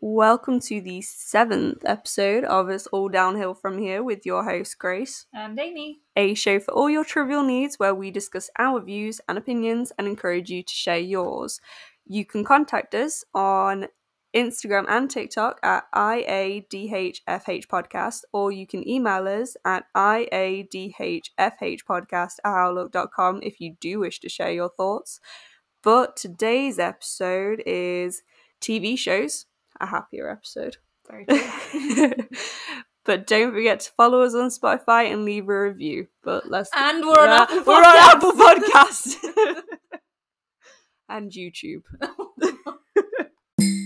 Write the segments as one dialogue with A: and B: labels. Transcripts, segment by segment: A: Welcome to the seventh episode of It's All Downhill From Here with your host, Grace,
B: And Amy.
A: a show for all your trivial needs where we discuss our views and opinions and encourage you to share yours. You can contact us on Instagram and TikTok at IADHFH Podcast, or you can email us at IADHFHpodcast at outlook.com if you do wish to share your thoughts. But today's episode is TV shows, a happier episode.
B: Very
A: but don't forget to follow us on Spotify and leave a review. But let's
B: and we're on
A: Yeah,
B: Apple
A: we're on Apple
B: Podcasts.
A: Podcast. and YouTube.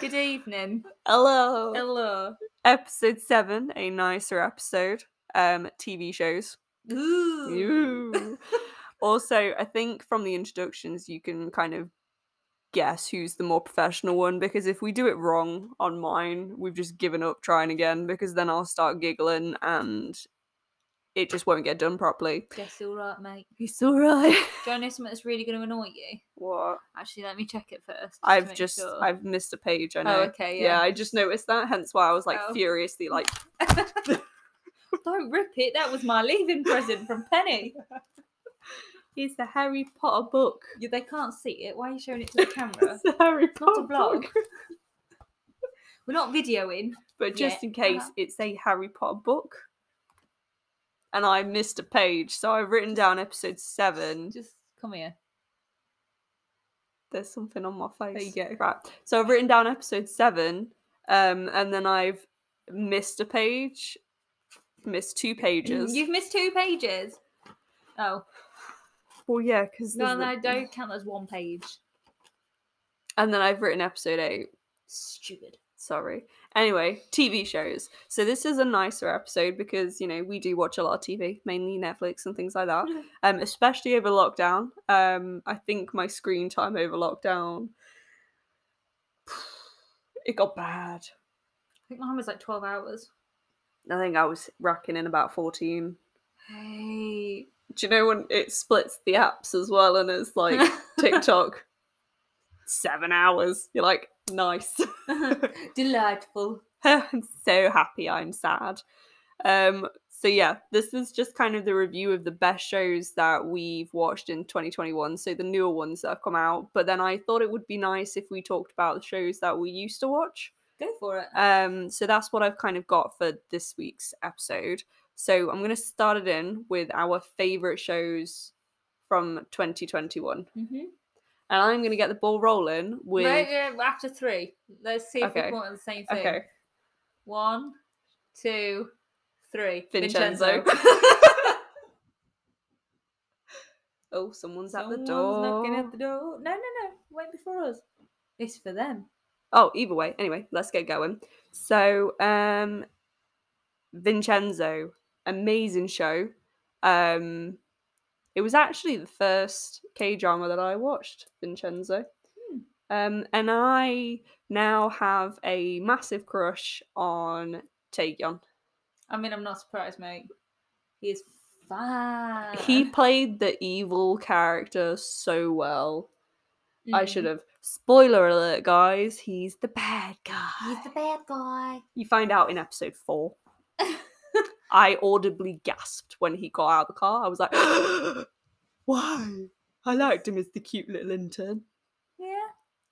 B: Good evening.
A: Hello.
B: Hello.
A: Episode seven, a nicer episode. Um, TV shows.
B: Ooh.
A: Ooh. also, I think from the introductions, you can kind of guess who's the more professional one because if we do it wrong on mine, we've just given up trying again because then I'll start giggling and it just won't get done properly.
B: Guess all right, mate.
A: It's all right.
B: Do you know something that's really going to annoy you?
A: What?
B: Actually, let me check it first. just to
A: I've
B: make
A: just
B: sure.
A: I've missed a page. I know.
B: Oh, okay.
A: yeah.
B: Yeah.
A: I just noticed that. Hence why I was like
B: Oh.
A: furiously like,
B: Don't rip it. That was my leaving present from Penny.
A: "Here's the Harry Potter book."
B: You- They can't see it. Why are you showing it to the camera?
A: It's the Harry
B: Not a
A: Potter
B: vlog.
A: book.
B: We're not videoing.
A: But
B: Yeah,
A: just in case,
B: uh-huh.
A: it's a Harry Potter book. And I missed a page, so I've written down episode seven.
B: Just come here.
A: There's something on my face.
B: go.
A: Right. So I've written down episode seven, um, and then I've missed a page, missed two pages.
B: You've missed two pages. Oh
A: Well, yeah, because
B: no, no, don't count that as one page.
A: And then I've written episode eight.
B: Stupid.
A: Sorry. Anyway, TV shows. So this is a nicer episode because you know we do watch a lot of TV, mainly Netflix and things like that.
B: Yeah.
A: Um, especially over lockdown. Um, I think my screen time over lockdown, it got bad.
B: I think mine was like twelve hours.
A: I think I was racking in about fourteen.
B: Hey.
A: Do you know when it splits the apps as well, and it's like TikTok, seven hours. You're like, nice.
B: Delightful.
A: I'm so happy I'm sad. Um, so yeah, this is just kind of the review of the best shows that we've watched in 2021. So the newer ones that have come out. But then I thought it would be nice if we talked about the shows that we used to watch.
B: Go for it.
A: Um, so that's what I've kind of got for this week's episode. So I'm gonna start it in with our favorite shows from 2021,
B: Mm-hmm.
A: and I'm gonna get the ball rolling with.
B: after three, let's see if
A: Okay.
B: we come up with the same thing.
A: Okay,
B: One, two, three.
A: Vincenzo. Oh, someone's at the door.
B: Knocking at the door. No, no, no. Wait before us. It's for them.
A: Oh, either way. Anyway, let's get going. So, um Vincenzo, amazing show. Um it was actually the first K drama that I watched, Vincenzo.
B: Hmm.
A: Um and I now have a massive crush on Taeyeon.
B: I mean, I'm not surprised, mate. He is fine.
A: He played the evil character so well.
B: Hmm.
A: I should have spoiler alert guys, he's the bad guy.
B: He's the bad guy.
A: You find out in episode four. I audibly gasped when he got out of the car. I was like, why? I liked him as the cute little intern.
B: yeah.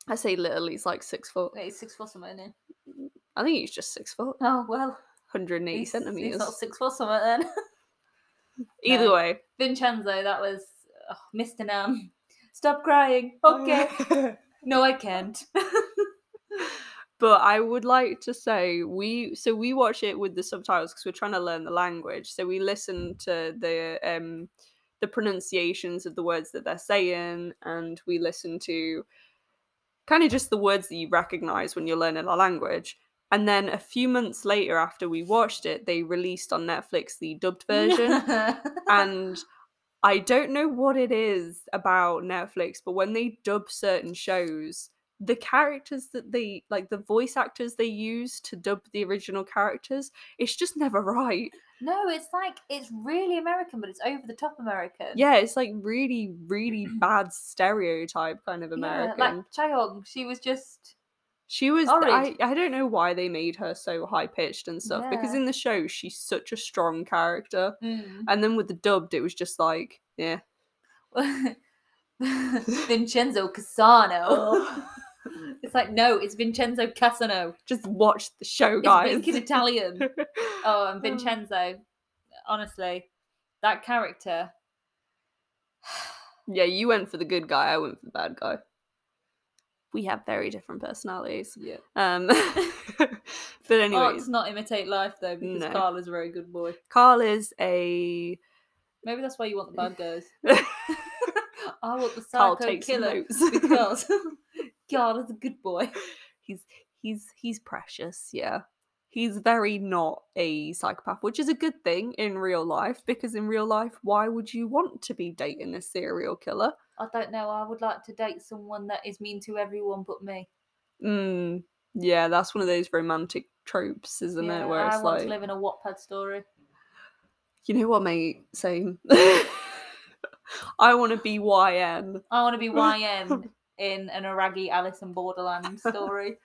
A: I say little, he's like six foot.
B: Wait, he's six foot something. Then.
A: I think he's just six foot,
B: Oh well.
A: 180
B: He's, he's
A: centimeters.
B: not six foot something then.
A: Either
B: no.
A: way.
B: Vincenzo, that was oh, Mr. Nam. Stop crying.
A: Oh,
B: Okay. no, I can't.
A: but I would like to say we so we watch it with the subtitles because we're trying to learn the language. So we listen to the um the pronunciations of the words that they're saying, and we listen to kind of just the words that you recognize when you're learning a language. And then a few months later, after we watched it, they released on Netflix the dubbed version and I don't know what it is about Netflix, but when they dub certain shows, the characters that they like the voice actors they use to dub the original characters it's just never right
B: No, it's like it's really American, but it's over the top American.
A: yeah it's like really really bad stereotype kind of american
B: Yeah, like Chaeyoung, she was just
A: she was I,
B: Orange.
A: I don't know why they made her so high pitched and stuff because
B: Yeah.
A: in the show she's such a strong character
B: hmm.
A: and then with the dubbed it was just like yeah
B: Vincenzo Casano. it's like no, it's Vincenzo Casano.
A: just watch the show
B: It's
A: guys
B: blinking Italian. Oh,
A: Um,
B: and Vincenzo. Honestly, that character.
A: yeah you went for the good guy i went for the bad guy we have very different personalities
B: Yeah.
A: um but anyways
B: Art's not imitate life though, because
A: No.
B: Carl is a very good boy.
A: carl is a
B: Maybe that's why you want the bad guys. I want the
A: carl
B: psycho
A: takes
B: killer
A: notes
B: because Carl is a good boy.
A: he's he's he's precious yeah he's very not a psychopath which is a good thing in real life because in real life why would you want to be dating a serial killer
B: I don't know. I would like to date someone that is mean to everyone but me.
A: mm, yeah that's one of those romantic tropes isn't
B: Yeah,
A: it where
B: I
A: it's
B: want
A: like
B: to live in a Wattpad story.
A: you know what mate same i want to be yn
B: I want to be YN in an Aragi Alice in Borderland story.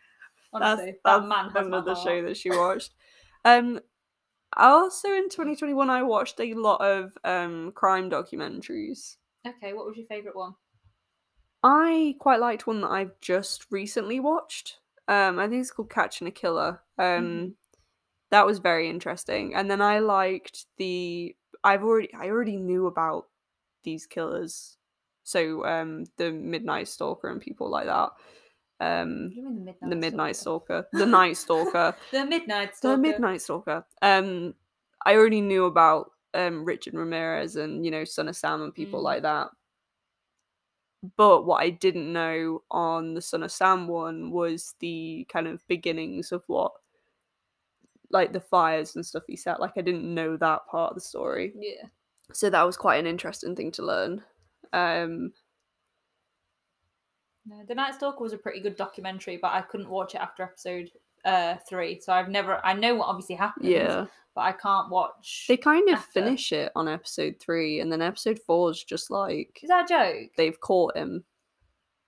B: Honestly, that man has my
A: another
B: heart.
A: show that she watched. um, I also in 2021 I watched a lot of um crime documentaries.
B: Okay, what was your favourite one?
A: I quite liked one that I've just recently watched. Um, I think it's called Catching a Killer. Um,
B: Mhm.
A: that was very interesting. And then I liked the I've already I already knew about these killers, so um, the Midnight Stalker and people like that.
B: What
A: Um,
B: do you mean the Midnight?
A: the Midnight Stalker, the Night Stalker.
B: The Midnight Stalker.
A: The Midnight Stalker. Um, I already knew about um Richard Ramirez and you know Son of Sam and people
B: Mm.
A: like that. But what I didn't know on the Son of Sam one was the kind of beginnings of what, like the fires and stuff he set. Like I didn't know that part of the story,
B: Yeah.
A: so that was quite an interesting thing to learn. Um,
B: No, the Night Stalker was a pretty good documentary, but I couldn't watch it after episode uh three. So I've never. I know what obviously happens.
A: yeah,
B: But I can't watch.
A: they kind of
B: After.
A: finish it on episode three, and then episode four is just like
B: Is that a joke?
A: they've caught him.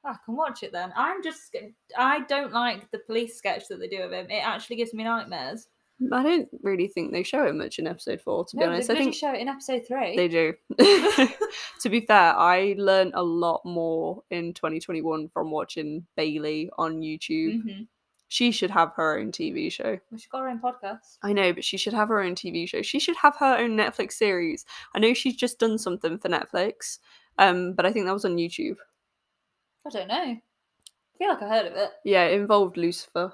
B: I can watch it then. I'm just. sca- I don't like the police sketch that they do of him. It actually gives me nightmares.
A: I don't really think they show it much in episode four, to be
B: No,
A: honest.
B: they
A: I
B: bloody
A: think
B: show it in episode three.
A: they do. to be fair, I learned a lot more in 2021 from watching Bailey on YouTube.
B: hmm
A: She should have her own TV show.
B: Well, she's got her own podcast.
A: I know, but she should have her own TV show. She should have her own Netflix series. I know she's just done something for Netflix, um, but I think that was on YouTube.
B: I don't know. I feel like I heard of it.
A: Yeah, it involved Lucifer.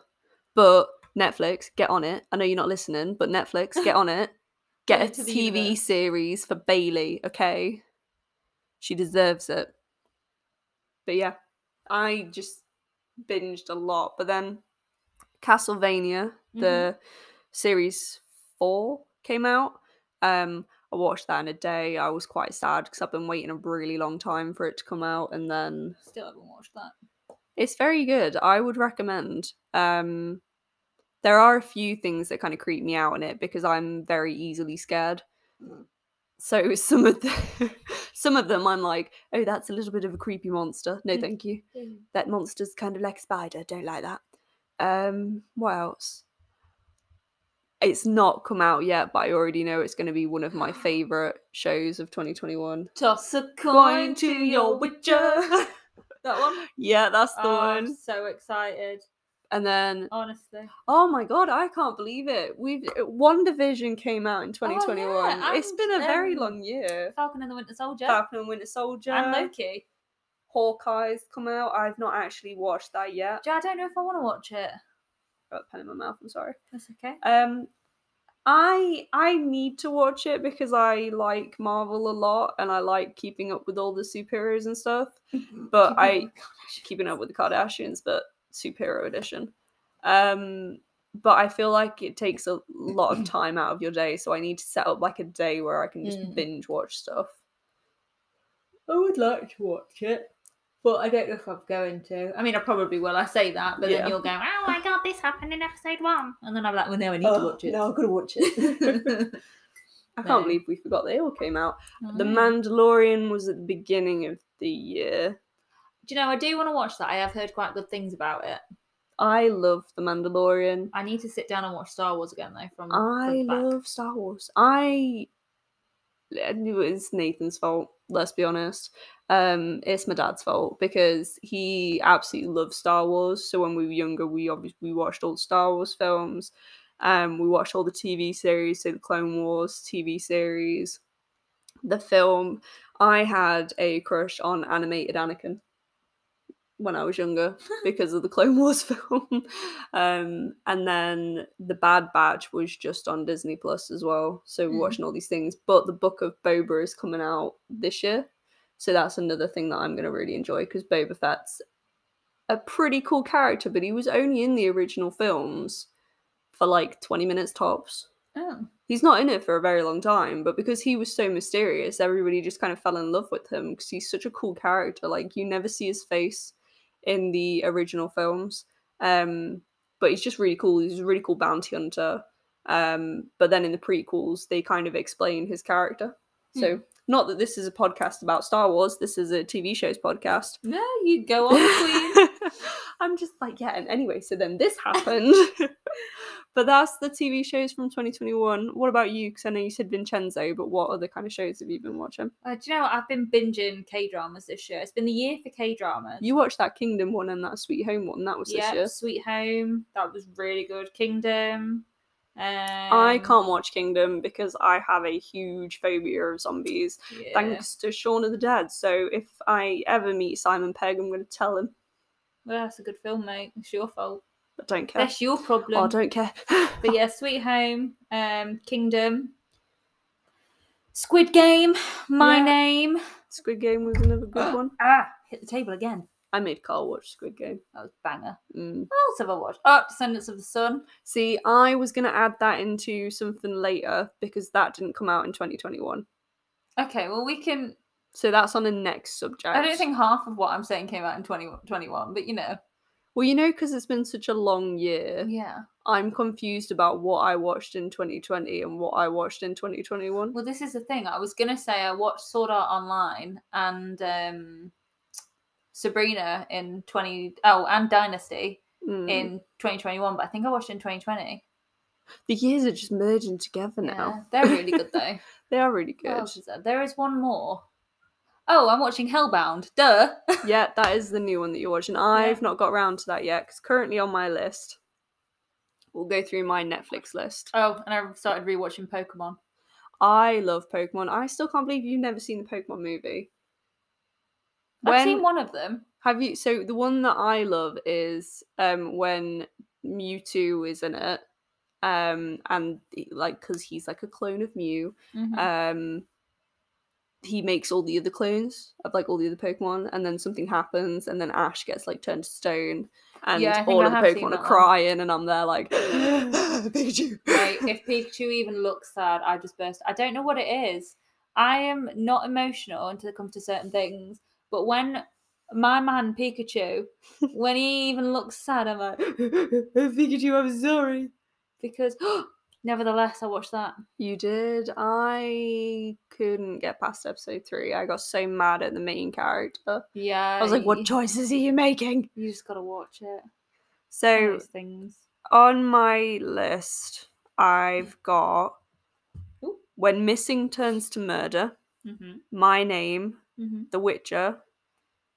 A: But Netflix, get on it. I know you're not listening, but Netflix, get on it. Get
B: Bring
A: a
B: it to the
A: TV
B: universe.
A: series for Bailey, okay? She deserves it. But yeah, I just binged a lot. But then Castlevania,
B: Mhm.
A: the series four, came out. Um, I watched that in a day. I was quite sad because I've been waiting a really long time for it to come out, and then
B: Still haven't watched that.
A: it's very good. I would recommend. Um, there are a few things that kind of creep me out in it because I'm very easily scared.
B: Mm.
A: So some of the, some of them I'm like, oh, that's a little bit of a creepy monster. No,
B: Mm.
A: thank you. That monster's kind of like a spider. Don't like that. Um, what else? It's not come out yet, but I already know it's going to be one of my favorite shows of 2021.
B: Toss a
A: Going
B: coin to your witcher. That one.
A: yeah, that's the
B: Oh, I'm
A: one.
B: so excited.
A: And then
B: Honestly.
A: Oh my god, I can't believe it. We've uh, One Division came out in 2021. it's
B: Oh, and,
A: been a very
B: um,
A: long year.
B: Falcon and the Winter Soldier.
A: Falcon and Winter Soldier.
B: And Loki.
A: Hawkeye's come out. I've not actually watched that yet.
B: Do you- I don't know if I want to watch it.
A: Got a pen in my mouth, I'm sorry.
B: That's okay.
A: Um I I need to watch it because I like Marvel a lot and I like keeping up with all the superheroes and stuff. But I keeping up with the Kardashians, but superhero edition. Um, but I feel like it takes a lot of time out of your day, so I need to set up like a day where I can just
B: Mm.
A: binge watch stuff. I would like to watch it.
B: But I don't know if I'm going to. I mean, I probably will. I say that, but
A: Yeah.
B: then you're going, oh my god, this happened in episode one, and then I'm like, well, no, I need to
A: Oh,
B: watch it.
A: no, I've got to watch it.
B: the
A: I can't
B: No.
A: believe we forgot they all came out.
B: Mm.
A: The Mandalorian was at the beginning of the year.
B: Do you know? I do want to watch that. I have heard quite good things about it.
A: I love The Mandalorian.
B: I need to sit down and watch Star Wars again though. From
A: I
B: from back.
A: love Star Wars. I I knew it was Nathan's fault, let's be honest. Um, it's my dad's fault because he absolutely loves Star Wars. So when we were younger, we obviously we watched all the Star Wars films. Um, we watched all the TV series, so the Clone Wars TV series, the film. I had a crush on animated Anakin when I was younger because of the Clone Wars film. um, and then The Bad Batch was just on Disney Plus as well. So we're
B: Mhm.
A: watching all these things. But the Book of Boba is coming out this year. So that's another thing that I'm going to really enjoy because Boba Fett's a pretty cool character, but he was only in the original films for like 20 minutes tops.
B: Oh.
A: He's not in it for a very long time, but because he was so mysterious, everybody just kind of fell in love with him because he's such a cool character. Like you never see his face in the original films, um, but he's just really cool. He's a really cool bounty hunter. Um, but then in the prequels, they kind of explain his character. So not that this is a podcast about Star Wars. This is a TV shows podcast.
B: No, you go on, Queen.
A: I'm just like, yeah. And anyway, so then this happened. but that's the TV shows from 2021. What about you? Because I know you said Vincenzo, but what other kind of shows have you been watching?
B: uh, do you know what? I've been binging K dramas this year. It's been the year for K dramas.
A: You watched that Kingdom one and that Sweet Home one. That was this
B: yeah,
A: year.
B: Sweet Home. That was really good. Kingdom. Um,
A: I can't watch Kingdom because I have a huge phobia of zombies.
B: yeah.
A: Thanks to Shaun of the Dead. So if I ever meet Simon Pegg, I'm going to tell him.
B: Well, that's a good film, mate. It's your fault.
A: I don't care.
B: That's your problem.
A: Oh, I don't care.
B: But yeah, Sweet Home, um, Kingdom, Squid Game, My
A: Yeah.
B: Name.
A: Squid Game was another good one.
B: Ah, hit the table again.
A: I made Carl watch Squid Game.
B: That was a banger.
A: Mm.
B: What else have I watched? Oh, Descendants of the Sun.
A: See, I was going to add that into something later because that didn't come out in 2021.
B: Okay, well we can.
A: So that's on the next subject.
B: I don't think half of what I'm saying came out in 2021, but you know.
A: Well, you know, because it's been such a long year,
B: Yeah.
A: I'm confused about what I watched in 2020 and what I watched in 2021.
B: Well, this is the thing. I was gonna say I watched Sword Art Online and um, Sabrina in 20. Oh, and Dynasty
A: Mm.
B: in 2021, but I think I watched it in 2020.
A: The years are just merging together now.
B: Yeah, they're really good though.
A: They are really
B: What
A: good.
B: else is there? There is one more. Oh, I'm watching Hellbound. Duh.
A: yeah, that is the new one that you're watching. I've not got around to that yet because currently on my list, we'll go through my Netflix list.
B: Oh, and I started rewatching Pokemon.
A: I love Pokemon. I still can't believe you've never seen the Pokemon movie.
B: I've seen one of them.
A: Have you? So the one that I love is um when Mewtwo is in it, um, and he- like because he's like a clone of Mew,
B: Mhm.
A: um, he makes all the other clones of like all the other Pokemon, and then something happens, and then Ash gets like turned to stone, and
B: Yeah, I think
A: all
B: I
A: of the
B: have seen
A: Pokemon
B: that
A: are
B: one.
A: crying, and I'm there like Pikachu.
B: Like, if Pikachu even looks sad, I just burst. I don't know what it is. I am not emotional until it comes to certain things. But when my man Pikachu, when he even looks sad, I'm like,
A: Pikachu, I'm sorry.
B: because nevertheless, I watched that.
A: You did. I couldn't get past episode three. I got so mad at the main character.
B: Yeah.
A: I was like, what
B: you-
A: choices are you making?
B: You just gotta watch it. One of
A: So
B: those things.
A: on my list, I've got
B: Ooh.
A: When Missing Turns to Murder,
B: Mm-hmm.
A: My Name,
B: Mm-hmm.
A: The Witcher,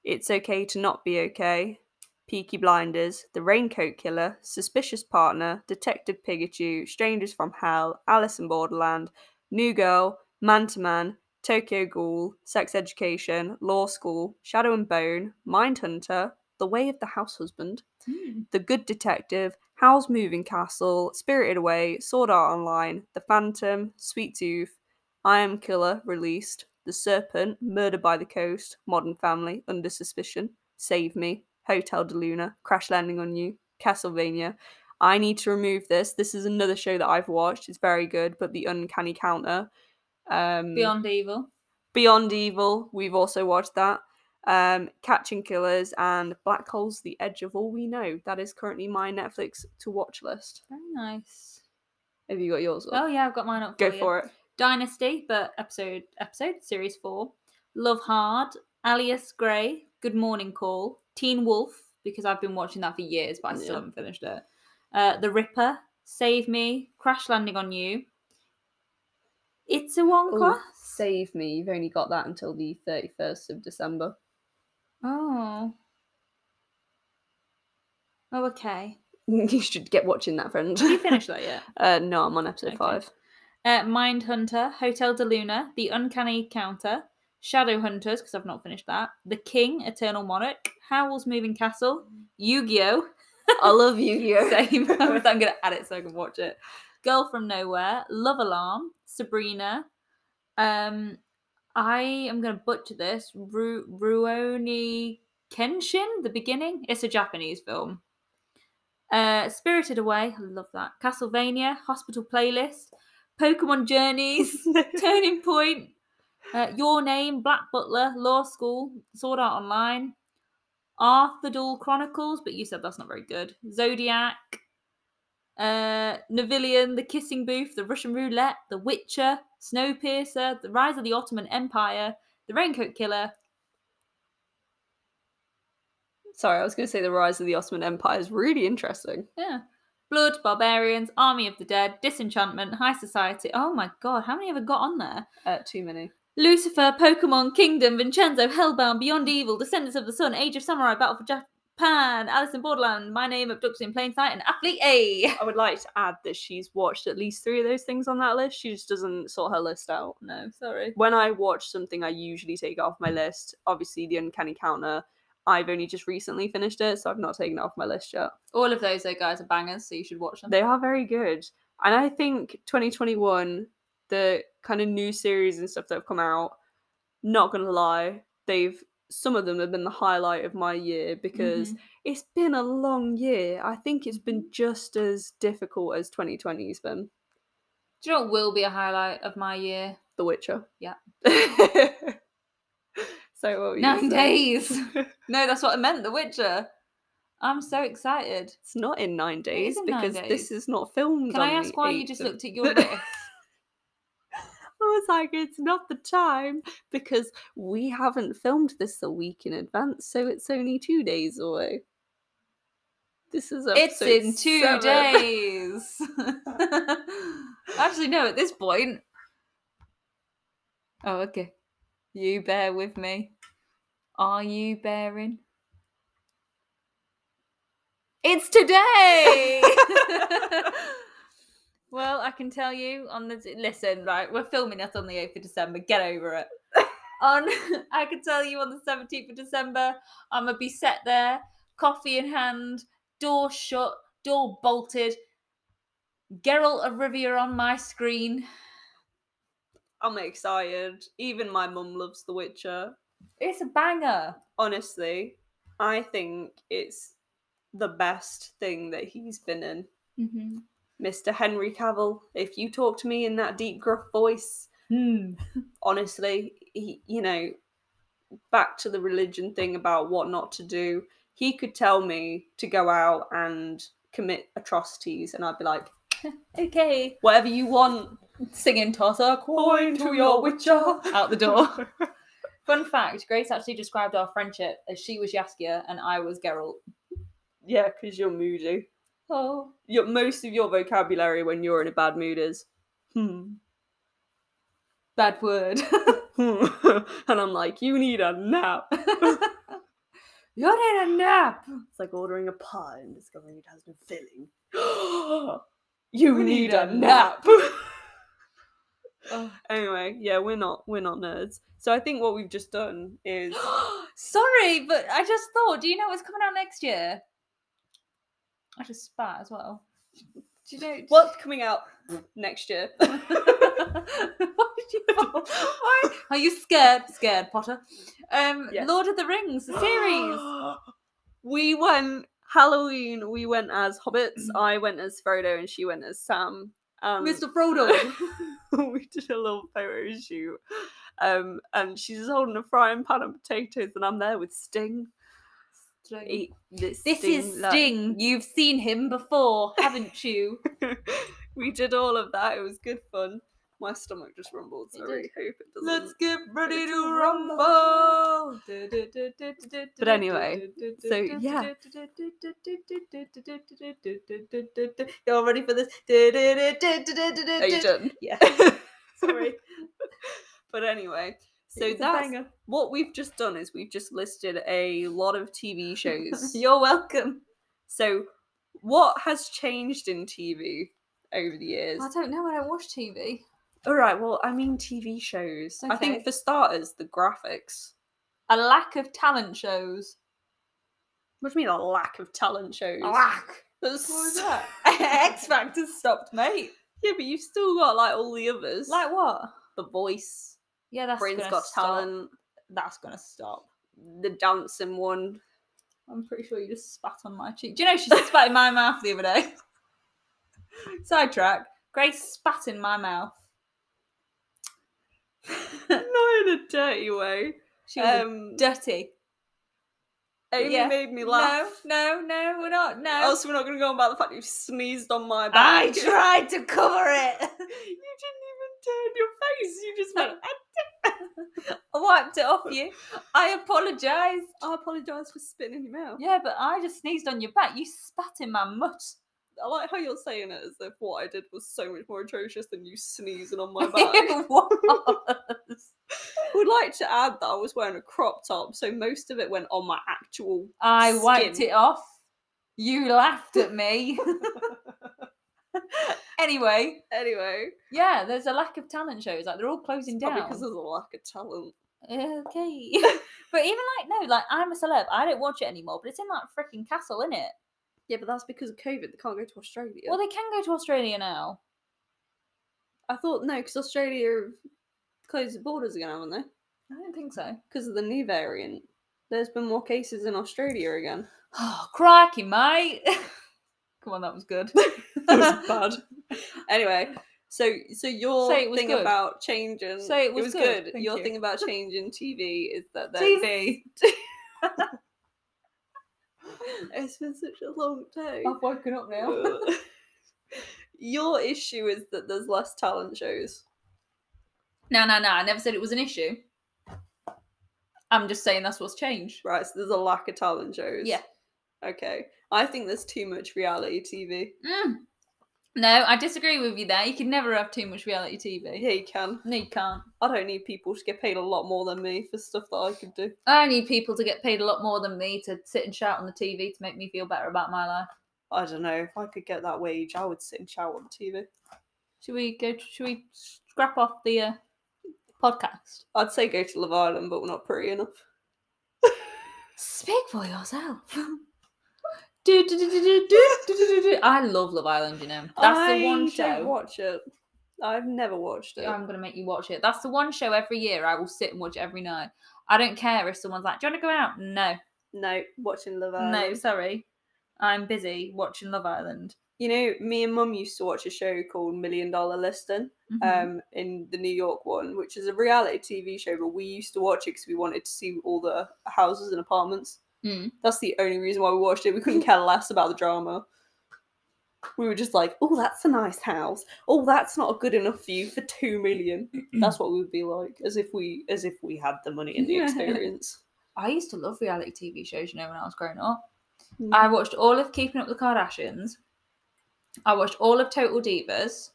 A: It's Okay to Not Be Okay, Peaky Blinders, The Raincoat Killer, Suspicious Partner, Detective Pikachu, Strangers from Hell, Alice in Borderland, New Girl, Man to Man, Tokyo Ghoul, Sex Education, Law School, Shadow and Bone, Mindhunter, The Way of the House Husband, The Good Detective, Howl's Moving Castle, Spirited Away, Sword Art Online, The Phantom, Sweet Tooth, I Am Killer, Released, The Serpent, Murder by the Coast, Modern Family, Under Suspicion, Save Me, Hotel de Luna, Crash Landing on You, Castlevania. I need to remove this. This is another show that I've watched. It's very good, but The Uncanny Counter. Um,
B: Beyond Evil.
A: Beyond Evil, we've also watched that. um, Catching Killers, and Black Hole's The Edge of All We Know. That is currently my Netflix to watch list.
B: Very nice.
A: Have you got yours? up?
B: Oh yeah, I've got mine up.
A: Go
B: you.
A: for it.
B: Dynasty, but episode episode series four. Love Hard, Alias Grey, Good Morning Call, Teen Wolf because I've been watching that for years, but I still
A: Yeah.
B: haven't finished it. Uh, the Ripper, Save Me, Crash Landing on You. It's a
A: Ooh,
B: Wonka.
A: Save me. You've only got that until the 31st of December.
B: Oh. Oh, okay.
A: you should get watching that, friend.
B: Have you finished that yet?
A: Uh, no, I'm on episode
B: Okay.
A: five.
B: Uh, Mindhunter, Hotel de Luna, The Uncanny Counter, Shadow Hunters, because I've not finished that, The King, Eternal Monarch, Howl's Moving Castle, Yu Gi Oh!
A: I love you, you.
B: Same. I was- I'm going to add it so I can watch it. Girl from Nowhere, Love Alarm, Sabrina. Um, I am going to butcher this. Ru- Ruoni Kenshin, The Beginning. It's a Japanese film. Uh, Spirited Away, I love that. Castlevania, Hospital Playlist, Pokemon Journeys, Turning Point, uh, Your Name, Black Butler, Law School, Sword Art Online, Arthur Dool Chronicles, but you said that's not very good. Zodiac, uh, Navillion, The Kissing Booth, The Russian Roulette, The Witcher, Snowpiercer, The Rise of the Ottoman Empire, The Raincoat Killer.
A: Sorry, I was going to say the rise of the Ottoman Empire is really interesting.
B: Yeah. Blood, Barbarians, Army of the Dead, Disenchantment, High Society. Oh my god, how many have I got on there?
A: Uh, too many.
B: Lucifer, Pokemon, Kingdom, Vincenzo, Hellbound, Beyond Evil, Descendants of the Sun, Age of Samurai, Battle for Japan, Alice in Borderland, My Name, Abducted in Plain Sight, and Athlete A.
A: I would like to add that she's watched at least three of those things on that list. She just doesn't sort her list out.
B: No, sorry.
A: When I watch something, I usually take it off my list. Obviously, The Uncanny Counter, I've only just recently finished it, so I've not taken it off my list yet.
B: All of those, though, guys, are bangers, so you should watch them.
A: They are very good. And I think 2021, the kind of new series and stuff that have come out, not gonna lie, they've some of them have been the highlight of my year because
B: Mhm.
A: it's been a long year. I think it's been just as difficult as 2020's been.
B: Do you know what will be a highlight of my year?
A: The Witcher.
B: Yeah.
A: so what were you saying?
B: Nine days. no, that's what I meant, The Witcher. I'm so excited.
A: It's not in nine days
B: in nine
A: because
B: days.
A: this is not filmed.
B: Can I
A: on the
B: ask why you
A: 8th
B: just
A: of-
B: looked at your list?
A: I was like, it's not the time because we haven't filmed this a week in advance, so it's only two days away. This is
B: it's
A: episode
B: in two
A: seven.
B: days. Actually, no, at this point. Oh, okay. You bear with me. Are you bearing? It's today! well, I can tell you on the. Listen, right, we're filming it on the 8th of December. Get over it. on, I can tell you on the 17th of December, I'm going to be set there, coffee in hand, door shut, door bolted. Geralt of Rivia on my screen.
A: I'm excited. Even my mum loves The Witcher.
B: It's a banger.
A: Honestly, I think it's the best thing that he's been in.
B: Mm-hmm.
A: Mr. Henry Cavill, if you talk to me in that deep, gruff voice,
B: Hmm.
A: honestly, he, you know, back to the religion thing about what not to do, he could tell me to go out and commit atrocities, and I'd be like,
B: Okay.
A: whatever you want,
B: Singing toss a
A: point to your witcher.
B: out the door. Fun fact: Grace actually described our friendship as she was Yaskia and I was Geralt.
A: yeah, because you're moody.
B: Oh.
A: Your, most of your vocabulary when you're in a bad mood is, hmm.
B: Bad word.
A: hmm," and I'm like, you need a nap.
B: You're in a nap.
A: It's like ordering a pie and discovering it has no filling. you
B: We
A: need,
B: need
A: a
B: a
A: nap.
B: nap. Oh.
A: anyway yeah we're not we're not nerds so i think what we've just done is
B: Sorry, but I just thought. Do you know what's coming out next year? I just spat as well. Do you know
A: what's coming out next year
B: Why did you? Why are you scared? Scared, Potter. Um,
A: Yes.
B: Lord of the Rings the series.
A: we went halloween we went as hobbits i went as frodo and she went as sam um,
B: Mr. Frodo.
A: we did a little photo shoot Um, and she's holding a frying pan of potatoes, and I'm there with Sting.
B: Sting.
A: Eat this
B: This is
A: like-
B: Sting. You've seen him before, haven't you?
A: we did all of that. It was good fun. My stomach just rumbled, so I
B: It
A: really hope it doesn't.
B: get
A: ready to
B: rumble.
A: But anyway, so, yeah.
B: You're all ready for this.
A: Are you done?
B: Yeah.
A: Sorry. but anyway, so
B: It's a
A: that's
B: banger.
A: what we've just done is we've just listed a lot of TV shows.
B: You're welcome.
A: so what has changed in TV over the years?
B: I don't know. I don't watch TV.
A: All right, well, I mean TV shows. I think
B: Okay.
A: for starters, the graphics.
B: A lack of talent shows.
A: What do you mean a lack of talent shows? That's-
B: What was that? X Factor stopped, mate.
A: Yeah, but you've still got like all the others.
B: Like what?
A: The Voice,
B: Yeah, that's
A: Britain's
B: gonna
A: Got
B: stop.
A: Talent,
B: That's gonna stop.
A: the dancing one.
B: I'm pretty sure you just spat on my cheek. Do you know she spat in my mouth the other day? Sidetrack. Grace spat in my mouth.
A: Not in a dirty way.
B: She was a dirty.
A: Amy
B: yeah.
A: made me laugh.
B: No, no, no, we're not. No.
A: Else we're not going to go on about the fact you sneezed on my
B: I
A: back.
B: tried to cover it.
A: you didn't even turn your face. You just went.
B: I wiped it off you. I apologise.
A: I apologise for spitting in your mouth.
B: Yeah, but I just sneezed on your back. You spat in my mutt.
A: I like how you're saying it as if what I did was so much more atrocious than you sneezing on my back. would
B: It was.
A: like to add that I was wearing a crop top, so most of it went on my actual.
B: I wiped
A: Skin.
B: it off. You laughed at me. anyway,
A: Anyway,
B: yeah, there's a lack of talent shows. Like they're all closing
A: probably
B: down.
A: because there's a lack of talent.
B: Okay. but even like no, like I'm a celeb. I don't watch it anymore. But it's in that freaking castle, is it?
A: Yeah, but that's because of COVID. They can't go to Australia.
B: Well, they can go to Australia now.
A: I thought no, because Australia have closed the borders again, haven't they?
B: I don't think so.
A: Because of the new variant. There's been more cases in Australia again.
B: Oh, crikey, mate. Come on, that was good.
A: That was bad. Anyway, so so your
B: Say it was
A: thing
B: good.
A: about changing.
B: Say it was good, thank
A: Your
B: you.
A: thing about changing TV is that there's
B: TV.
A: It's been such a long day.
B: I've woken up now.
A: Ugh. Your issue is that there's less talent shows.
B: No, no, no. I never said it was an issue. I'm just saying that's what's changed.
A: Right, so there's a lack of talent shows.
B: Yeah.
A: Okay. I think there's too much reality TV.
B: Mm. No, I disagree with you there. You can never have too much reality TV.
A: Yeah, you can.
B: No, you can't.
A: I don't need people to get paid a lot more than me for stuff that I could do.
B: I need people to get paid a lot more than me to sit and shout on the TV to make me feel better about my life.
A: I don't know. If I could get that wage, I would sit and shout on TV.
B: Should we go? Should we scrap off the uh, podcast?
A: I'd say go to Love Island, but we're not pretty enough.
B: Speak for yourself. do, do, do, do, do, do, do, do, do, do. I love Love Island. You know, that's
A: I
B: the one
A: don't
B: show. Um,
A: watch it. I've never watched it.
B: I'm gonna make you watch it. That's the one show every year I will sit and watch every night. I don't care if someone's like, "Do you want to go out?" No,
A: no, watching Love Island.
B: no, sorry, I'm busy watching Love Island.
A: You know, me and Mum used to watch a show called Million Dollar Listing
B: Mhm.
A: um, in the New York one, which is a reality TV show, but we used to watch it because we wanted to see all the houses and apartments.
B: Mm.
A: That's the only reason why we watched it. We couldn't care less about the drama. We were just like, oh, that's a nice house. Oh, that's not a good enough view for two million. that's what we would be like, as if we as if we had the money and the experience.
B: I used to love reality TV shows. You know, when I was growing up. I watched all of Keeping Up with the Kardashians. I watched all of Total Divas.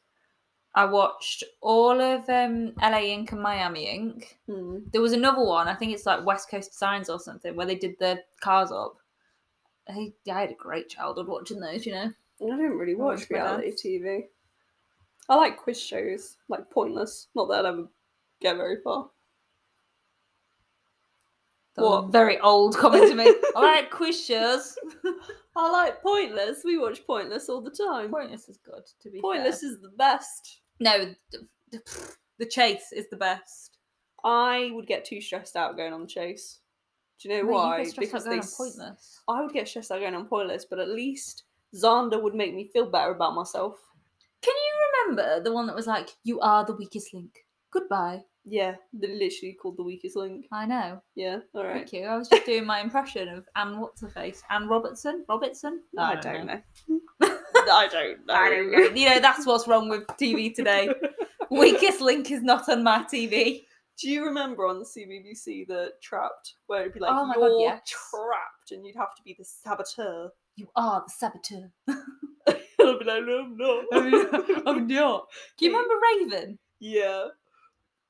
B: I watched all of um, LA Inc. and Miami Inc.
A: Hmm.
B: There was another one, I think it's like West Coast Signs or something, where they did the cars up. I, I had a great childhood watching those, you know.
A: I don't really
B: I watch
A: watch
B: my
A: reality
B: dad's.
A: TV. I like quiz shows, like pointless. Not that I'd ever get very far.
B: That was a
A: What?
B: very old comment to me. I like quiz shows.
A: I like pointless. We watch pointless all the time.
B: Pointless is good, to be
A: Pointless
B: fair.
A: is the best.
B: No, th- th- the chase is the best.
A: I would get too stressed out going on chase. Do you know
B: Mate, you
A: why?
B: get stressed out going on
A: s-
B: pointless.
A: I would get stressed out going on pointless, but at least Xander would make me feel better about myself.
B: Can you remember the one that was like, "You are the weakest link. Goodbye.
A: Yeah, they're literally called the weakest link.
B: I know.
A: Yeah, all right.
B: Thank you. I was just doing my impression of Anne what's her face? Anne Robertson? Robertson?
A: I, don't know. I don't know.
B: I don't know. You know, that's what's wrong with TV today. Weakest link is not on my TV.
A: Do you remember on the CBBC the Trapped, where it'd be like
B: Oh my God,
A: you're
B: yes.
A: trapped and you'd have to be the saboteur?
B: You are the saboteur.
A: I'd be like, no, I'm not.
B: not. Do you remember Raven?
A: Yeah.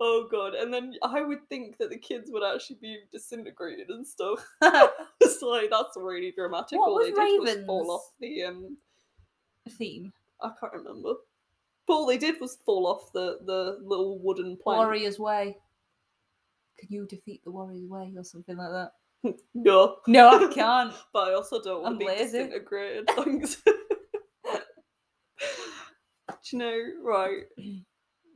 A: Oh god. And then I would think that the kids would actually be disintegrated and stuff. It's like that's really dramatic.
B: What
A: All
B: was
A: they did was fall off the um
B: Theme.
A: I can't remember. But all they did was fall off the, the little wooden plank.
B: Warrior's Way. Can you defeat the Warrior's Way or something like that?
A: No.
B: No, I can't.
A: But I also don't want
B: I'm
A: to be
B: lazy.
A: disintegrated. Thanks. Do you know, right?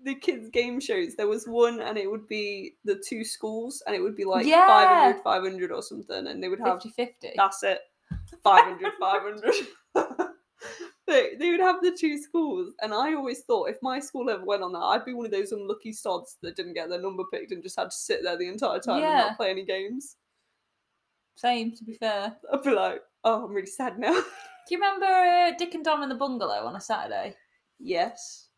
A: The kids' game shows, there was one and it would be the two schools and it would be like
B: Yeah.
A: five hundred, five hundred 500, 500 or something and they would have
B: 50 50.
A: That's it. 500, 500. they, they would have the two schools. And I always thought if my school ever went on that, I'd be one of those unlucky sods that didn't get their number picked and just had to sit there the entire time and
B: Yeah.
A: not play any games.
B: Same, to be fair.
A: I'd be like, oh, I'm really sad now.
B: Do you remember uh, Dick and Dom in the Bungalow on a Saturday?
A: Yes.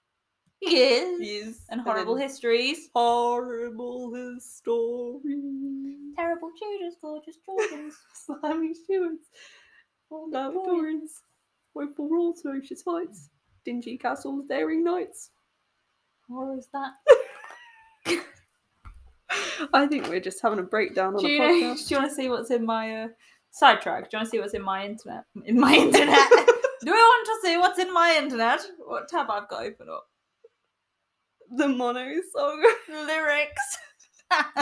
B: Yes.
A: Yes.
B: And Horrible
A: then
B: Histories.
A: Horrible history.
B: Terrible Tudors, gorgeous Georgians.
A: Slamming stewards. All the
B: the boys.
A: doors. Woeful rules, ferocious fights. Dingy castles, daring knights.
B: Or is that?
A: I think we're just having a breakdown on
B: Do
A: the
B: you, know,
A: podcast.
B: do you want to see what's in my uh, sidetrack? Do you want to see what's in my internet? In my internet. do we want to see what's in my internet? What tab I've got open up?
A: The mono song.
B: Lyrics.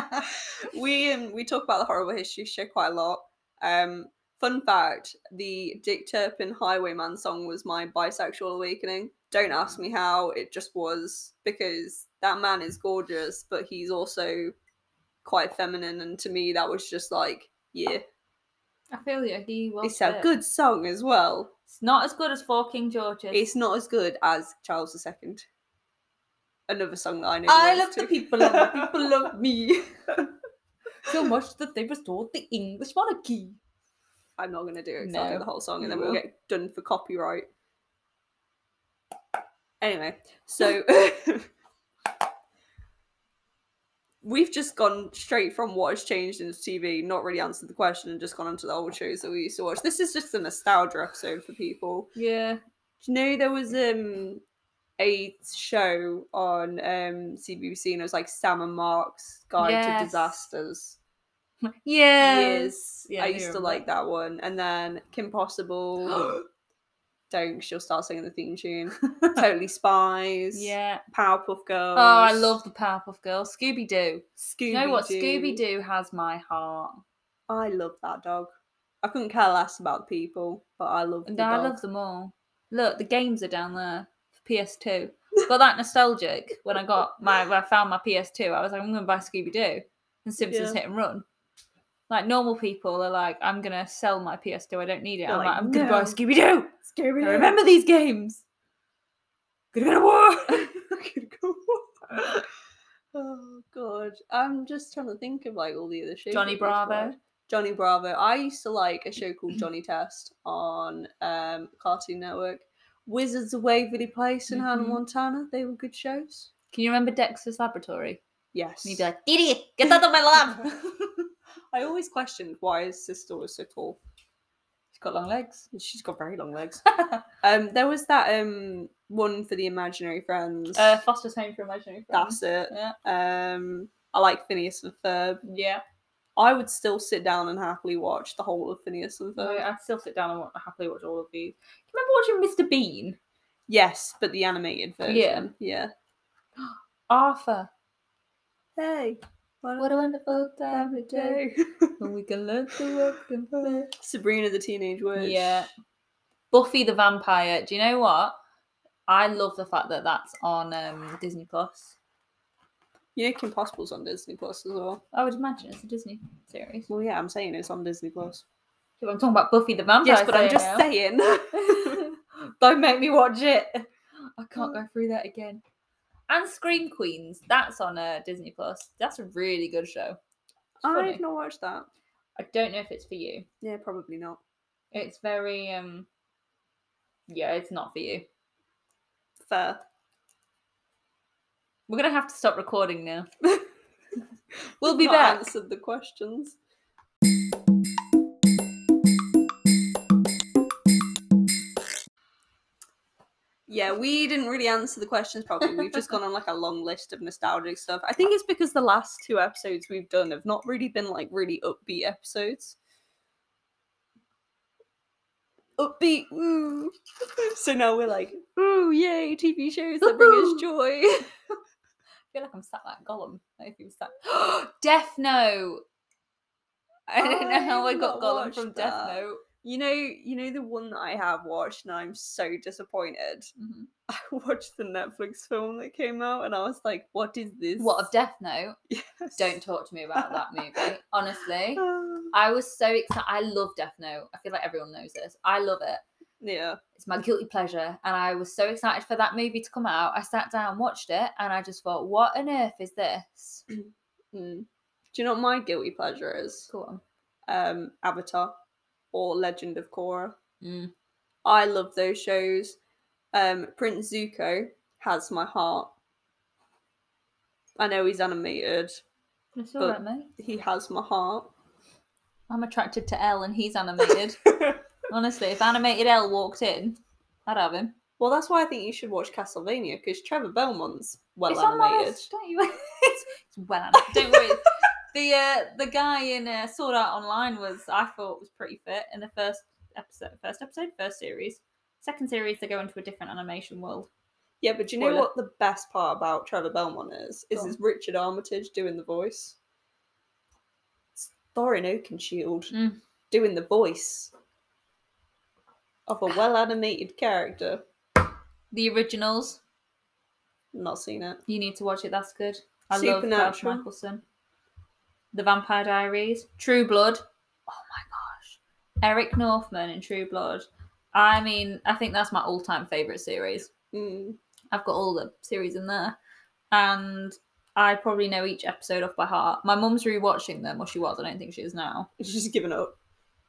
A: we um, we talk about the horrible history show quite a lot. Um, fun fact: the Dick Turpin Highwayman song was my bisexual awakening. Don't ask me how; it just was because that man is gorgeous, but he's also quite feminine, and to me, that was just like,
B: Oh,
A: yeah,
B: I feel you. He was.
A: it's a
B: fit.
A: good song as well.
B: It's not as good as Four King George's.
A: It's not as good as Charles II. Another song that I know.
B: I
A: words
B: love the
A: to.
B: people and the people love me so much that they restored the English monarchy.
A: I'm not gonna do it 'cause I'll do
B: No,
A: the whole song
B: you
A: and then we'll
B: will.
A: get done for copyright. Anyway, so we've just gone straight from what has changed in TV, not really answered the question, and just gone onto the old shows that we used to watch. This is just a nostalgia episode for people.
B: Yeah.
A: Do you know there was um a show on um CBBC and it was like Sam and Mark's Guide
B: Yes.
A: to Disasters.
B: Yes.
A: Yes, I used to like that one. And then Kim Possible, don't she'll start singing the theme tune. totally Spies.
B: yeah.
A: Powerpuff Girls.
B: Oh, I love the Powerpuff Girls. Scooby Doo.
A: Scooby.
B: You know what? Scooby Doo has my heart.
A: I love that dog. I couldn't care less about the people, but I love. The
B: And I
A: dog.
B: love them all. Look, the games are down there for PS2. Got that nostalgic when I got my when I found my PS2. I was like, I'm gonna buy Scooby Doo and Simpsons
A: Yeah.
B: Hit and Run. Like normal people are like, I'm gonna sell my PS2. I don't need it.
A: They're
B: I'm like,
A: like,
B: I'm gonna buy
A: "No,
B: Scooby Doo. I
A: Scooby.
B: remember these games. Gonna go to war.
A: oh god, I'm just trying to think of like all the other shows.
B: Johnny
A: that we used to
B: Bravo.
A: watch. Johnny Bravo. I used to like a show called Johnny Test on um, Cartoon Network. Wizards of Waverly Place and Hannah
B: Mhm.
A: Montana. They were good shows.
B: Can you remember Dexter's Laboratory?
A: Yes.
B: And you'd be like, Didi, get out of my lab.
A: I always questioned why his sister was so tall.
B: She's got long legs.
A: She's got very long legs. um, there was that um one for the imaginary friends.
B: Uh, Foster's Home for Imaginary Friends.
A: That's it.
B: Yeah.
A: Um, I like Phineas and Ferb.
B: Yeah.
A: I would still sit down and happily watch the whole of Phineas and
B: So
A: Ferb.
B: I'd still sit down and wa- happily watch all of these. Do you remember watching Mr. Bean?
A: Yes, but the animated version. Yeah.
B: Arthur.
A: Hey.
B: What a wonderful time of day when we can learn to work and play.
A: Sabrina the Teenage Witch.
B: Yeah. Buffy the Vampire. Do you know what? I love the fact that that's on um, Disney Plus.
A: You know Kim Possible's on Disney Plus as well.
B: I would imagine it's a Disney series.
A: Well, yeah, I'm saying it's on Disney Plus.
B: Yeah, but I'm talking about Buffy the Vampire.
A: Yes, but I'm just
B: Slayer now.
A: saying. Oh.
B: Don't make me watch it. I can't go through that again. and Scream Queens. That's on uh, Disney Plus. That's a really good show. It's funny.
A: I've not watched that.
B: I don't know if it's for you.
A: Yeah, probably not.
B: It's very um. Yeah, it's not for you.
A: Fair.
B: We're gonna have to stop recording now. we'll be
A: Not
B: back.
A: Answered the questions. Yeah, we didn't really answer the questions properly. We've just gone on like a long list of nostalgic stuff. I think it's because the last two episodes we've done have not really been like really upbeat episodes. Upbeat, ooh. So now we're like, ooh, yay, TV shows that bring us
B: Woohoo.
A: joy.
B: I feel like I'm sat like Gollum. Like if he was sat. Death Note. I don't know how I
A: I've
B: got
A: not
B: Gollum from
A: watched
B: Death
A: that.
B: Note.
A: You know, you know the one that I have watched, and I'm so disappointed.
B: Mhm.
A: I watched the Netflix film that came out, and I was like, "What is this?"
B: What of Death Note?
A: Yes.
B: Don't talk to me about that movie. Honestly,
A: Ah,
B: I was so excited. I love Death Note. I feel like everyone knows this. I love it.
A: yeah,
B: It's my guilty pleasure. And I was so excited for that movie to come out. I sat down, watched it, and I just thought, what on earth is this?
A: Mm. do you know what my guilty pleasure is?
B: Go on.
A: Um, Avatar or Legend of Korra.
B: Mm.
A: I love those shows. Um, Prince Zuko has my heart. I know he's animated.
B: It's
A: all
B: all
A: right,
B: right, mate.
A: He has my heart.
B: I'm attracted to Elle, and he's animated. Honestly, if animated Elle walked in, I'd have him.
A: Well, that's why I think you should watch Castlevania because Trevor Belmont's well
B: it's on my
A: animated.
B: list, don't you? it's, it's well animated. Don't worry. the uh, the guy in uh, Sword Art Online was I thought was pretty fit in the first episode, first episode, first series. Second series, they go into a different animation world.
A: Yeah, but do you know
B: Spoiler.
A: what the best part about Trevor Belmont is? Is
B: Go on.
A: is Richard Armitage doing the voice? It's Thorin Oakenshield
B: Mm.
A: doing the voice of a well animated character.
B: The originals,
A: Not seen it.
B: you need to watch it. That's good. I love Josh
A: Supernatural.
B: Michelson. The Vampire Diaries, True Blood. Oh my gosh, Eric Northman in True Blood. I mean, I think that's my all-time favorite series.
A: Mm.
B: I've got all the series in there, and I probably know each episode off by heart. My mum's rewatching them, or she was. I don't think she is now.
A: She's given up.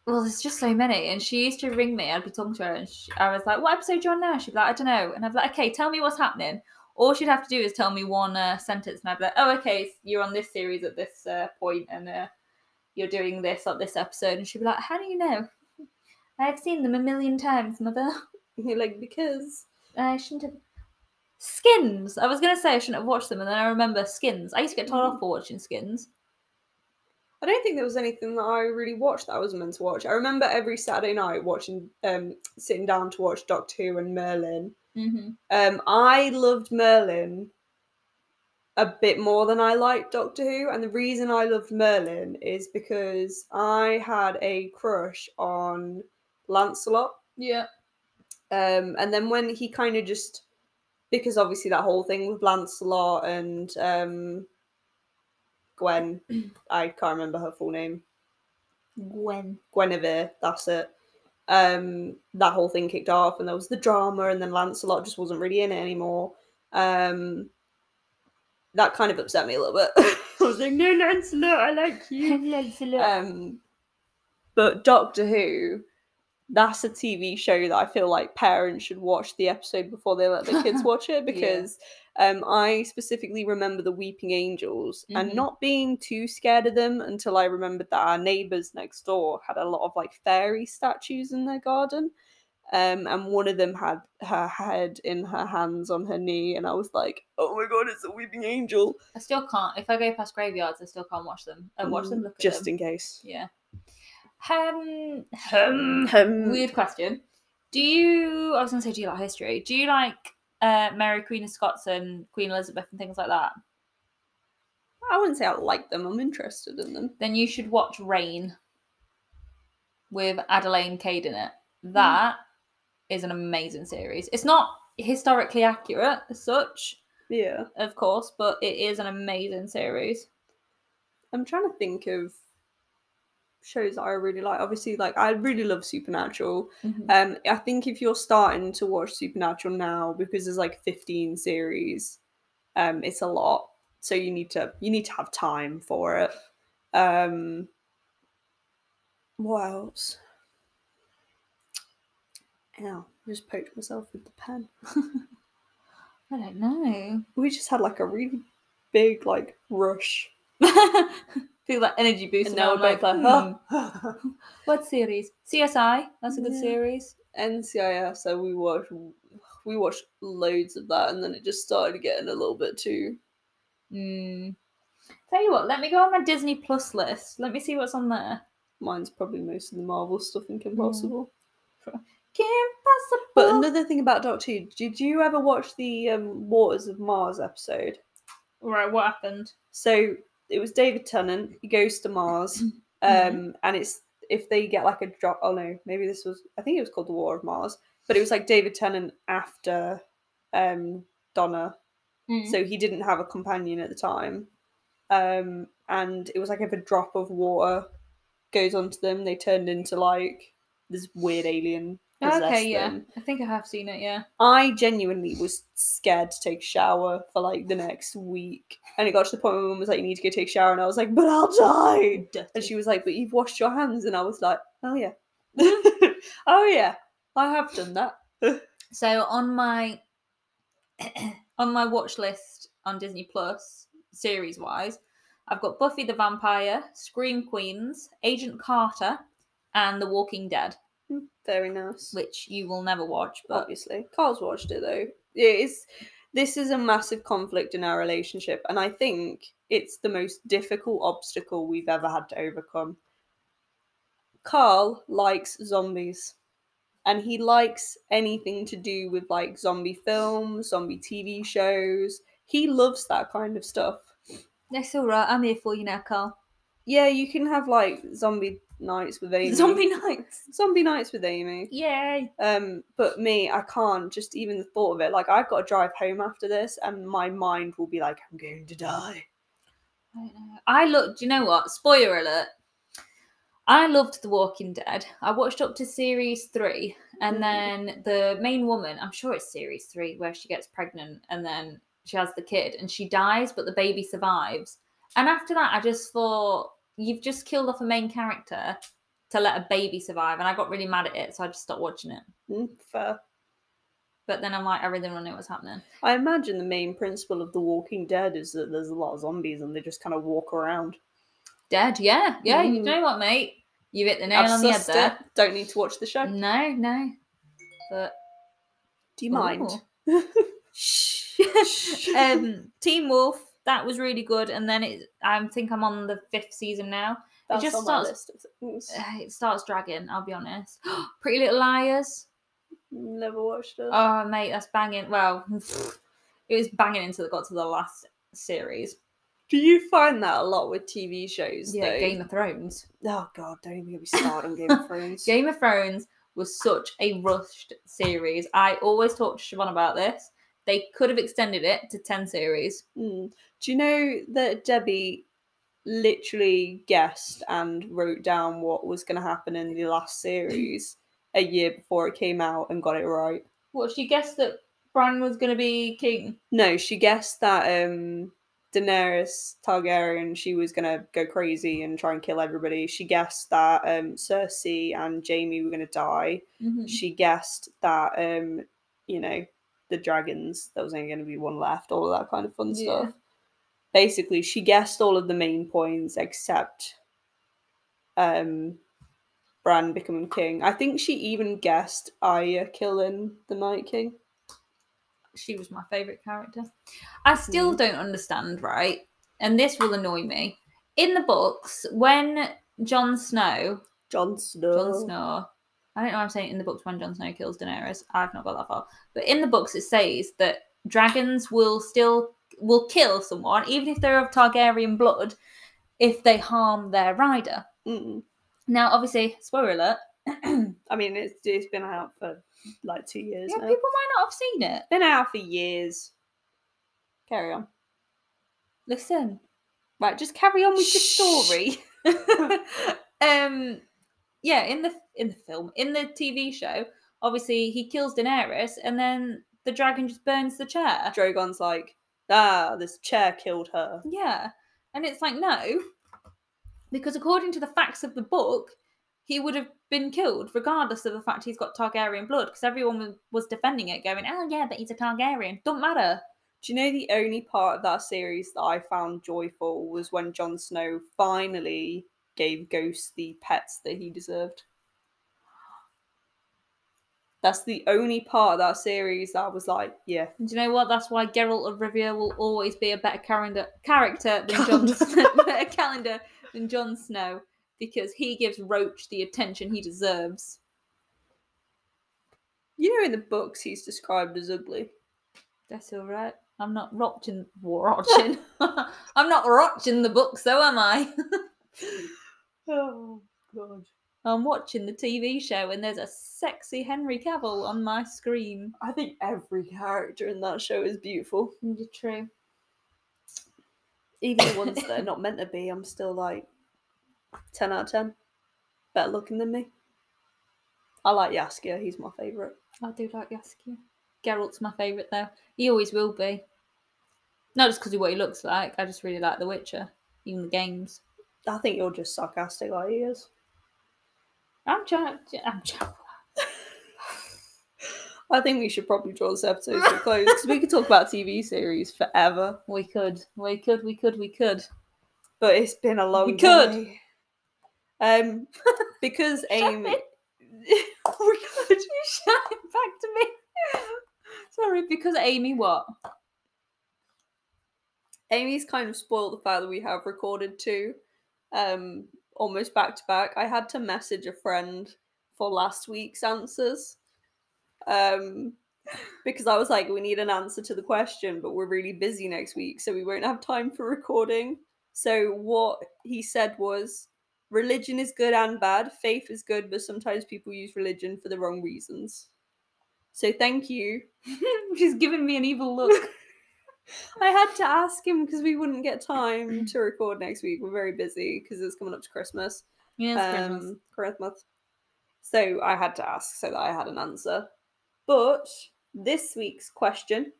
B: Well, there's just so many, and she used to ring me. I'd be talking to her, and she, I was like, "What episode you on now?" She'd be like, "I don't know," and I'd be like, "Okay, tell me what's happening." All she'd have to do is tell me one uh, sentence, and I'd be like, "Oh, okay, s- you're on this series at this uh, point, and uh, you're doing this on this episode," and she'd be like, "How do you know?" I've seen them a million times, mother.
A: You're like, because
B: I shouldn't have. Skins. I was gonna say I shouldn't have watched them, and then I remember Skins. I used to get told off for watching Skins.
A: I don't think there was anything that I really watched that I was meant to watch. I remember every Saturday night watching, um, sitting down to watch Doctor Who and Merlin.
B: Mm-hmm.
A: Um, I loved Merlin a bit more than I liked Doctor Who, and the reason I loved Merlin is because I had a crush on Lancelot.
B: Yeah.
A: Um, and then when he kind of just, because obviously that whole thing with Lancelot and um, Gwen, I can't remember her full name.
B: Gwen.
A: Guinevere, that's it. Um, that whole thing kicked off, and there was the drama, and then Lancelot just wasn't really in it anymore. Um, that kind of upset me a little bit. I was like, no, Lancelot, I like you.
B: Lancelot.
A: um, but Doctor Who, that's a TV show that I feel like parents should watch the episode before they let their kids watch it
B: Yeah.
A: because um, I specifically remember the Weeping Angels and
B: Mhm.
A: not being too scared of them until I remembered that our neighbours next door had a lot of like fairy statues in their garden. Um, and one of them had her head in her hands on her knee, and I was like, "Oh my god, it's a weeping angel!"
B: I still can't. If I go past graveyards, I still can't watch them. I watch them
A: Mm,
B: look
A: just
B: at them.
A: in case.
B: Yeah. Um, um,
A: Um,
B: Weird question. Do you? I was gonna say, do you like history? Do you like uh, Mary Queen of Scots and Queen Elizabeth and things like that?
A: I wouldn't say I like them. I'm interested in them.
B: then you should watch Rain with Adelaine Cade in it. That is an amazing series. It's not historically accurate as such,
A: Yeah.
B: of course, but it is an amazing series.
A: I'm trying to think of shows that I really like. Obviously, like I really love Supernatural. Um, I think if you're starting to watch Supernatural now, because there's like 15 series, Um, it's a lot, so you need to you need to have time for it. Um, what else? Ow, I just poked myself with the pen.
B: I don't know.
A: We just had like a really big like rush.
B: Feel that energy boost,
A: And
B: and
A: now
B: now I'm
A: we're
B: like,
A: both like, hmm. huh.
B: Hmm. what series? CSI. That's a good
A: Yeah.
B: series.
A: NCIS, so we watched we watched loads of that, and then it just started getting a little bit too.
B: Mm. Tell you what, let me go on my Disney Plus list. Let me see what's on there.
A: Mine's probably most of the Marvel stuff and Kim Possible.
B: Kim Possible.
A: Mm. But another thing about Doctor Who, did you ever watch the um, Waters of Mars episode?
B: right, what happened?
A: So it was David Tennant. He goes to Mars, um, and it's if they get like a drop. Oh no, maybe this was. I think it was called the War of Mars, but it was like David Tennant after um, Donna
B: Hmm.
A: so he didn't have a companion at the time um and it was like if a drop of water goes onto them they turned into like this weird alien possessed
B: okay, yeah.
A: them.
B: I think I have seen it, yeah.
A: i genuinely was scared to take a shower for like the next week and it got to the point where my mum was like you need to go take a shower and i was like but i'll die and she was like but you've washed your hands and i was like oh yeah oh yeah i have done that
B: So on my on my watch list on Disney Plus series wise, I've got Buffy the Vampire, Scream Queens, Agent Carter, and The Walking Dead,
A: very nice
B: which you will never watch, but
A: obviously. Carl's watched it though. It is this is a massive conflict in our relationship, and I think it's the most difficult obstacle we've ever had to overcome. Carl likes zombies. And he likes anything to do with like zombie films, zombie TV shows. He loves that kind of stuff.
B: that's all right. I'm here for you now, Carl.
A: Yeah, you can have like zombie nights with Amy.
B: Zombie nights.
A: zombie nights with Amy.
B: Yay.
A: Um, but me, I can't just even the thought of it. Like I've got to drive home after this, and my mind will be like, I'm going to die.
B: I don't know. I looked, you know what? Spoiler alert. I loved The Walking Dead. I watched up to series three,
A: Mhm.
B: and then the main woman, I'm sure it's series three, where she gets pregnant and then she has the kid and she dies, but the baby survives. And after that, I just thought, you've just killed off a main character to let a baby survive. And I got really mad at it, so I just stopped watching it.
A: Mm, Fair.
B: But then I'm like, I really don't know what's happening.
A: I imagine the main principle of The Walking Dead is that there's a lot of zombies and they just kind of walk around.
B: Dead, yeah, yeah. You
A: Mm.
B: know what, mate? You hit the nail
A: I've
B: on the head
A: sussed it.
B: there.
A: Don't need to watch the show.
B: No, no. But
A: Do you mind?
B: Shh. um, Team Wolf, that was really good. And then it, I think I'm on the fifth season now.
A: That's
B: just
A: on my
B: starts-
A: list of things.
B: Uh, It starts dragging, I'll be honest. Pretty Little Liars.
A: Never watched it.
B: Oh, mate, that's banging. Well, it was banging until it got to the last series.
A: Do you find that a lot with TV shows?
B: Yeah,
A: though?
B: Game of Thrones.
A: Oh God, don't even get me started on Game of Thrones.
B: Game of Thrones was such a rushed series. I always talk to Siobhan about this. They could have extended it to 10 series.
A: Mm. Do you know that Debbie literally guessed and wrote down what was going to happen in the last series a year before it came out and got it right?
B: Well, she guessed that Bran was going to be king.
A: No, she guessed that um, Daenerys Targaryen she was going to go crazy and try and kill everybody. She guessed that um, Cersei and Jamie were going to die. She guessed that um, you know the dragons there was only going to be one left, all of that kind of fun
B: Yeah.
A: stuff. basically she guessed all of the main points except um Bran becoming king. I think she even guessed Arya killing the Night King.
B: she was my favorite character. I still don't understand, right? And this will annoy me. In the books, when Jon Snow,
A: Jon Snow.
B: Jon Snow, I don't know. why I'm saying in the books when Jon Snow kills Daenerys. I've not got that far, but in the books it says that dragons will still will kill someone, even if they're of Targaryen blood, if they harm their rider.
A: Mm-mm.
B: Now, obviously, spoiler alert.
A: I mean, it's, it's been out for like two years
B: Yeah, people
A: now.
B: might not have seen it.
A: Been out for years. Carry on.
B: Listen,
A: Right, just carry on with your
B: Shh.
A: story.
B: um yeah in the in the film in the tv show obviously he kills daenerys and then the dragon just burns the chair
A: Drogon's like, ah, this chair killed her.
B: Yeah. And it's like, no, because according to the facts of the book, he would have been killed regardless of the fact he's got Targaryen blood because everyone wa- was defending it, going, oh, yeah, but he's a Targaryen. Don't matter.
A: Do you know the only part of that series that I found joyful was when Jon Snow finally gave Ghost the pets that he deserved? That's the only part of that series that I was like, yeah.
B: And do you know what? That's why Geralt of Rivia will always be a better calendar, character than Jon
A: Calendar.
B: Snow, better calendar than Jon Snow because he gives Roach the attention he deserves.
A: You know, in the books, he's described as ugly.
B: That's all right. I'm not watching, watching. I'm not watching the books, though, am I?
A: Oh, God.
B: I'm watching the TV show and there's a sexy Henry Cavill on my screen.
A: I think every character in that show is beautiful.
B: You're true.
A: Even the ones that are not meant to be, I'm still like 10 out of 10. Better looking than me. I like Yaskier, he's my favourite.
B: I do like Yaskier. Geralt's my favourite though. He always will be. Not just because of what he looks like. I just really like The Witcher, even the games.
A: I think you're just sarcastic like he is.
B: I'm trying. I'm trying.
A: I think we should probably draw this episode to a close because we could talk about TV series forever.
B: We could. We could. We could. We could.
A: But it's been a long
B: We could.
A: day. Um, because Amy,
B: Shut
A: we could.
B: Shout it back to me. Sorry, because Amy, what?
A: Amy's kind of spoiled the fact that we have recorded two, um, almost back to back. I had to message a friend for last week's answers, um, because I was like, we need an answer to the question, but we're really busy next week, so we won't have time for recording. So what he said was, religion is good and bad. Faith is good, but sometimes people use religion for the wrong reasons. So thank you
B: She's giving me an evil look.
A: I had to ask him because we wouldn't get time to record next week. We're very busy because it's coming up to Christmas.
B: Yes, Christmas.
A: um, Christmas. So I had to ask so that I had an answer. But this week's question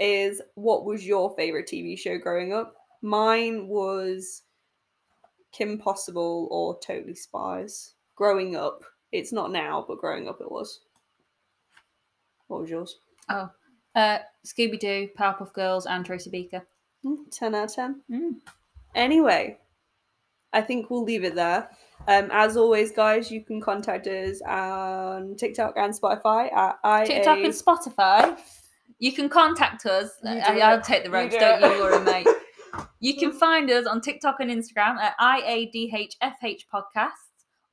A: is what was your favorite TV show growing up? Mine was Kim Possible or Totally Spies. Growing up, it's not now, but growing up it was. What was yours?
B: Oh, uh, Scooby Doo, Powerpuff Girls, and Tracy Beaker.
A: Hmm, 10 out of 10.
B: Mm.
A: Anyway, I think we'll leave it there. Um, as always, guys, you can contact us on TikTok and Spotify at I
B: TikTok and Spotify. You can contact us.
A: You do
B: I,
A: it.
B: I'll take the
A: You
B: ropes,
A: do
B: don't
A: it.
B: you worry, mate. You can find us on TikTok and Instagram at IADHFH Podcast,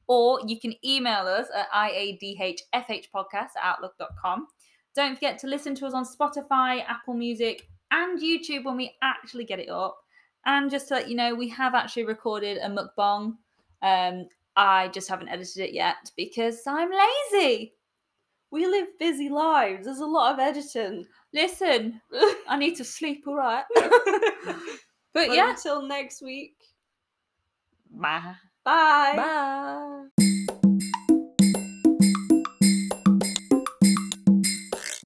B: or you can email us at IADHFHpodcast at outlook.com. Don't forget to listen to us on Spotify, Apple Music, and YouTube when we actually get it up. And just to let you know, we have actually recorded a mukbang. Um, I just haven't edited it yet because I'm lazy.
A: We live busy lives. There's a lot of editing.
B: Listen, I need to sleep, all right?
A: But
B: but yeah.
A: until next week,
B: Bye.
A: bye.
B: Bye.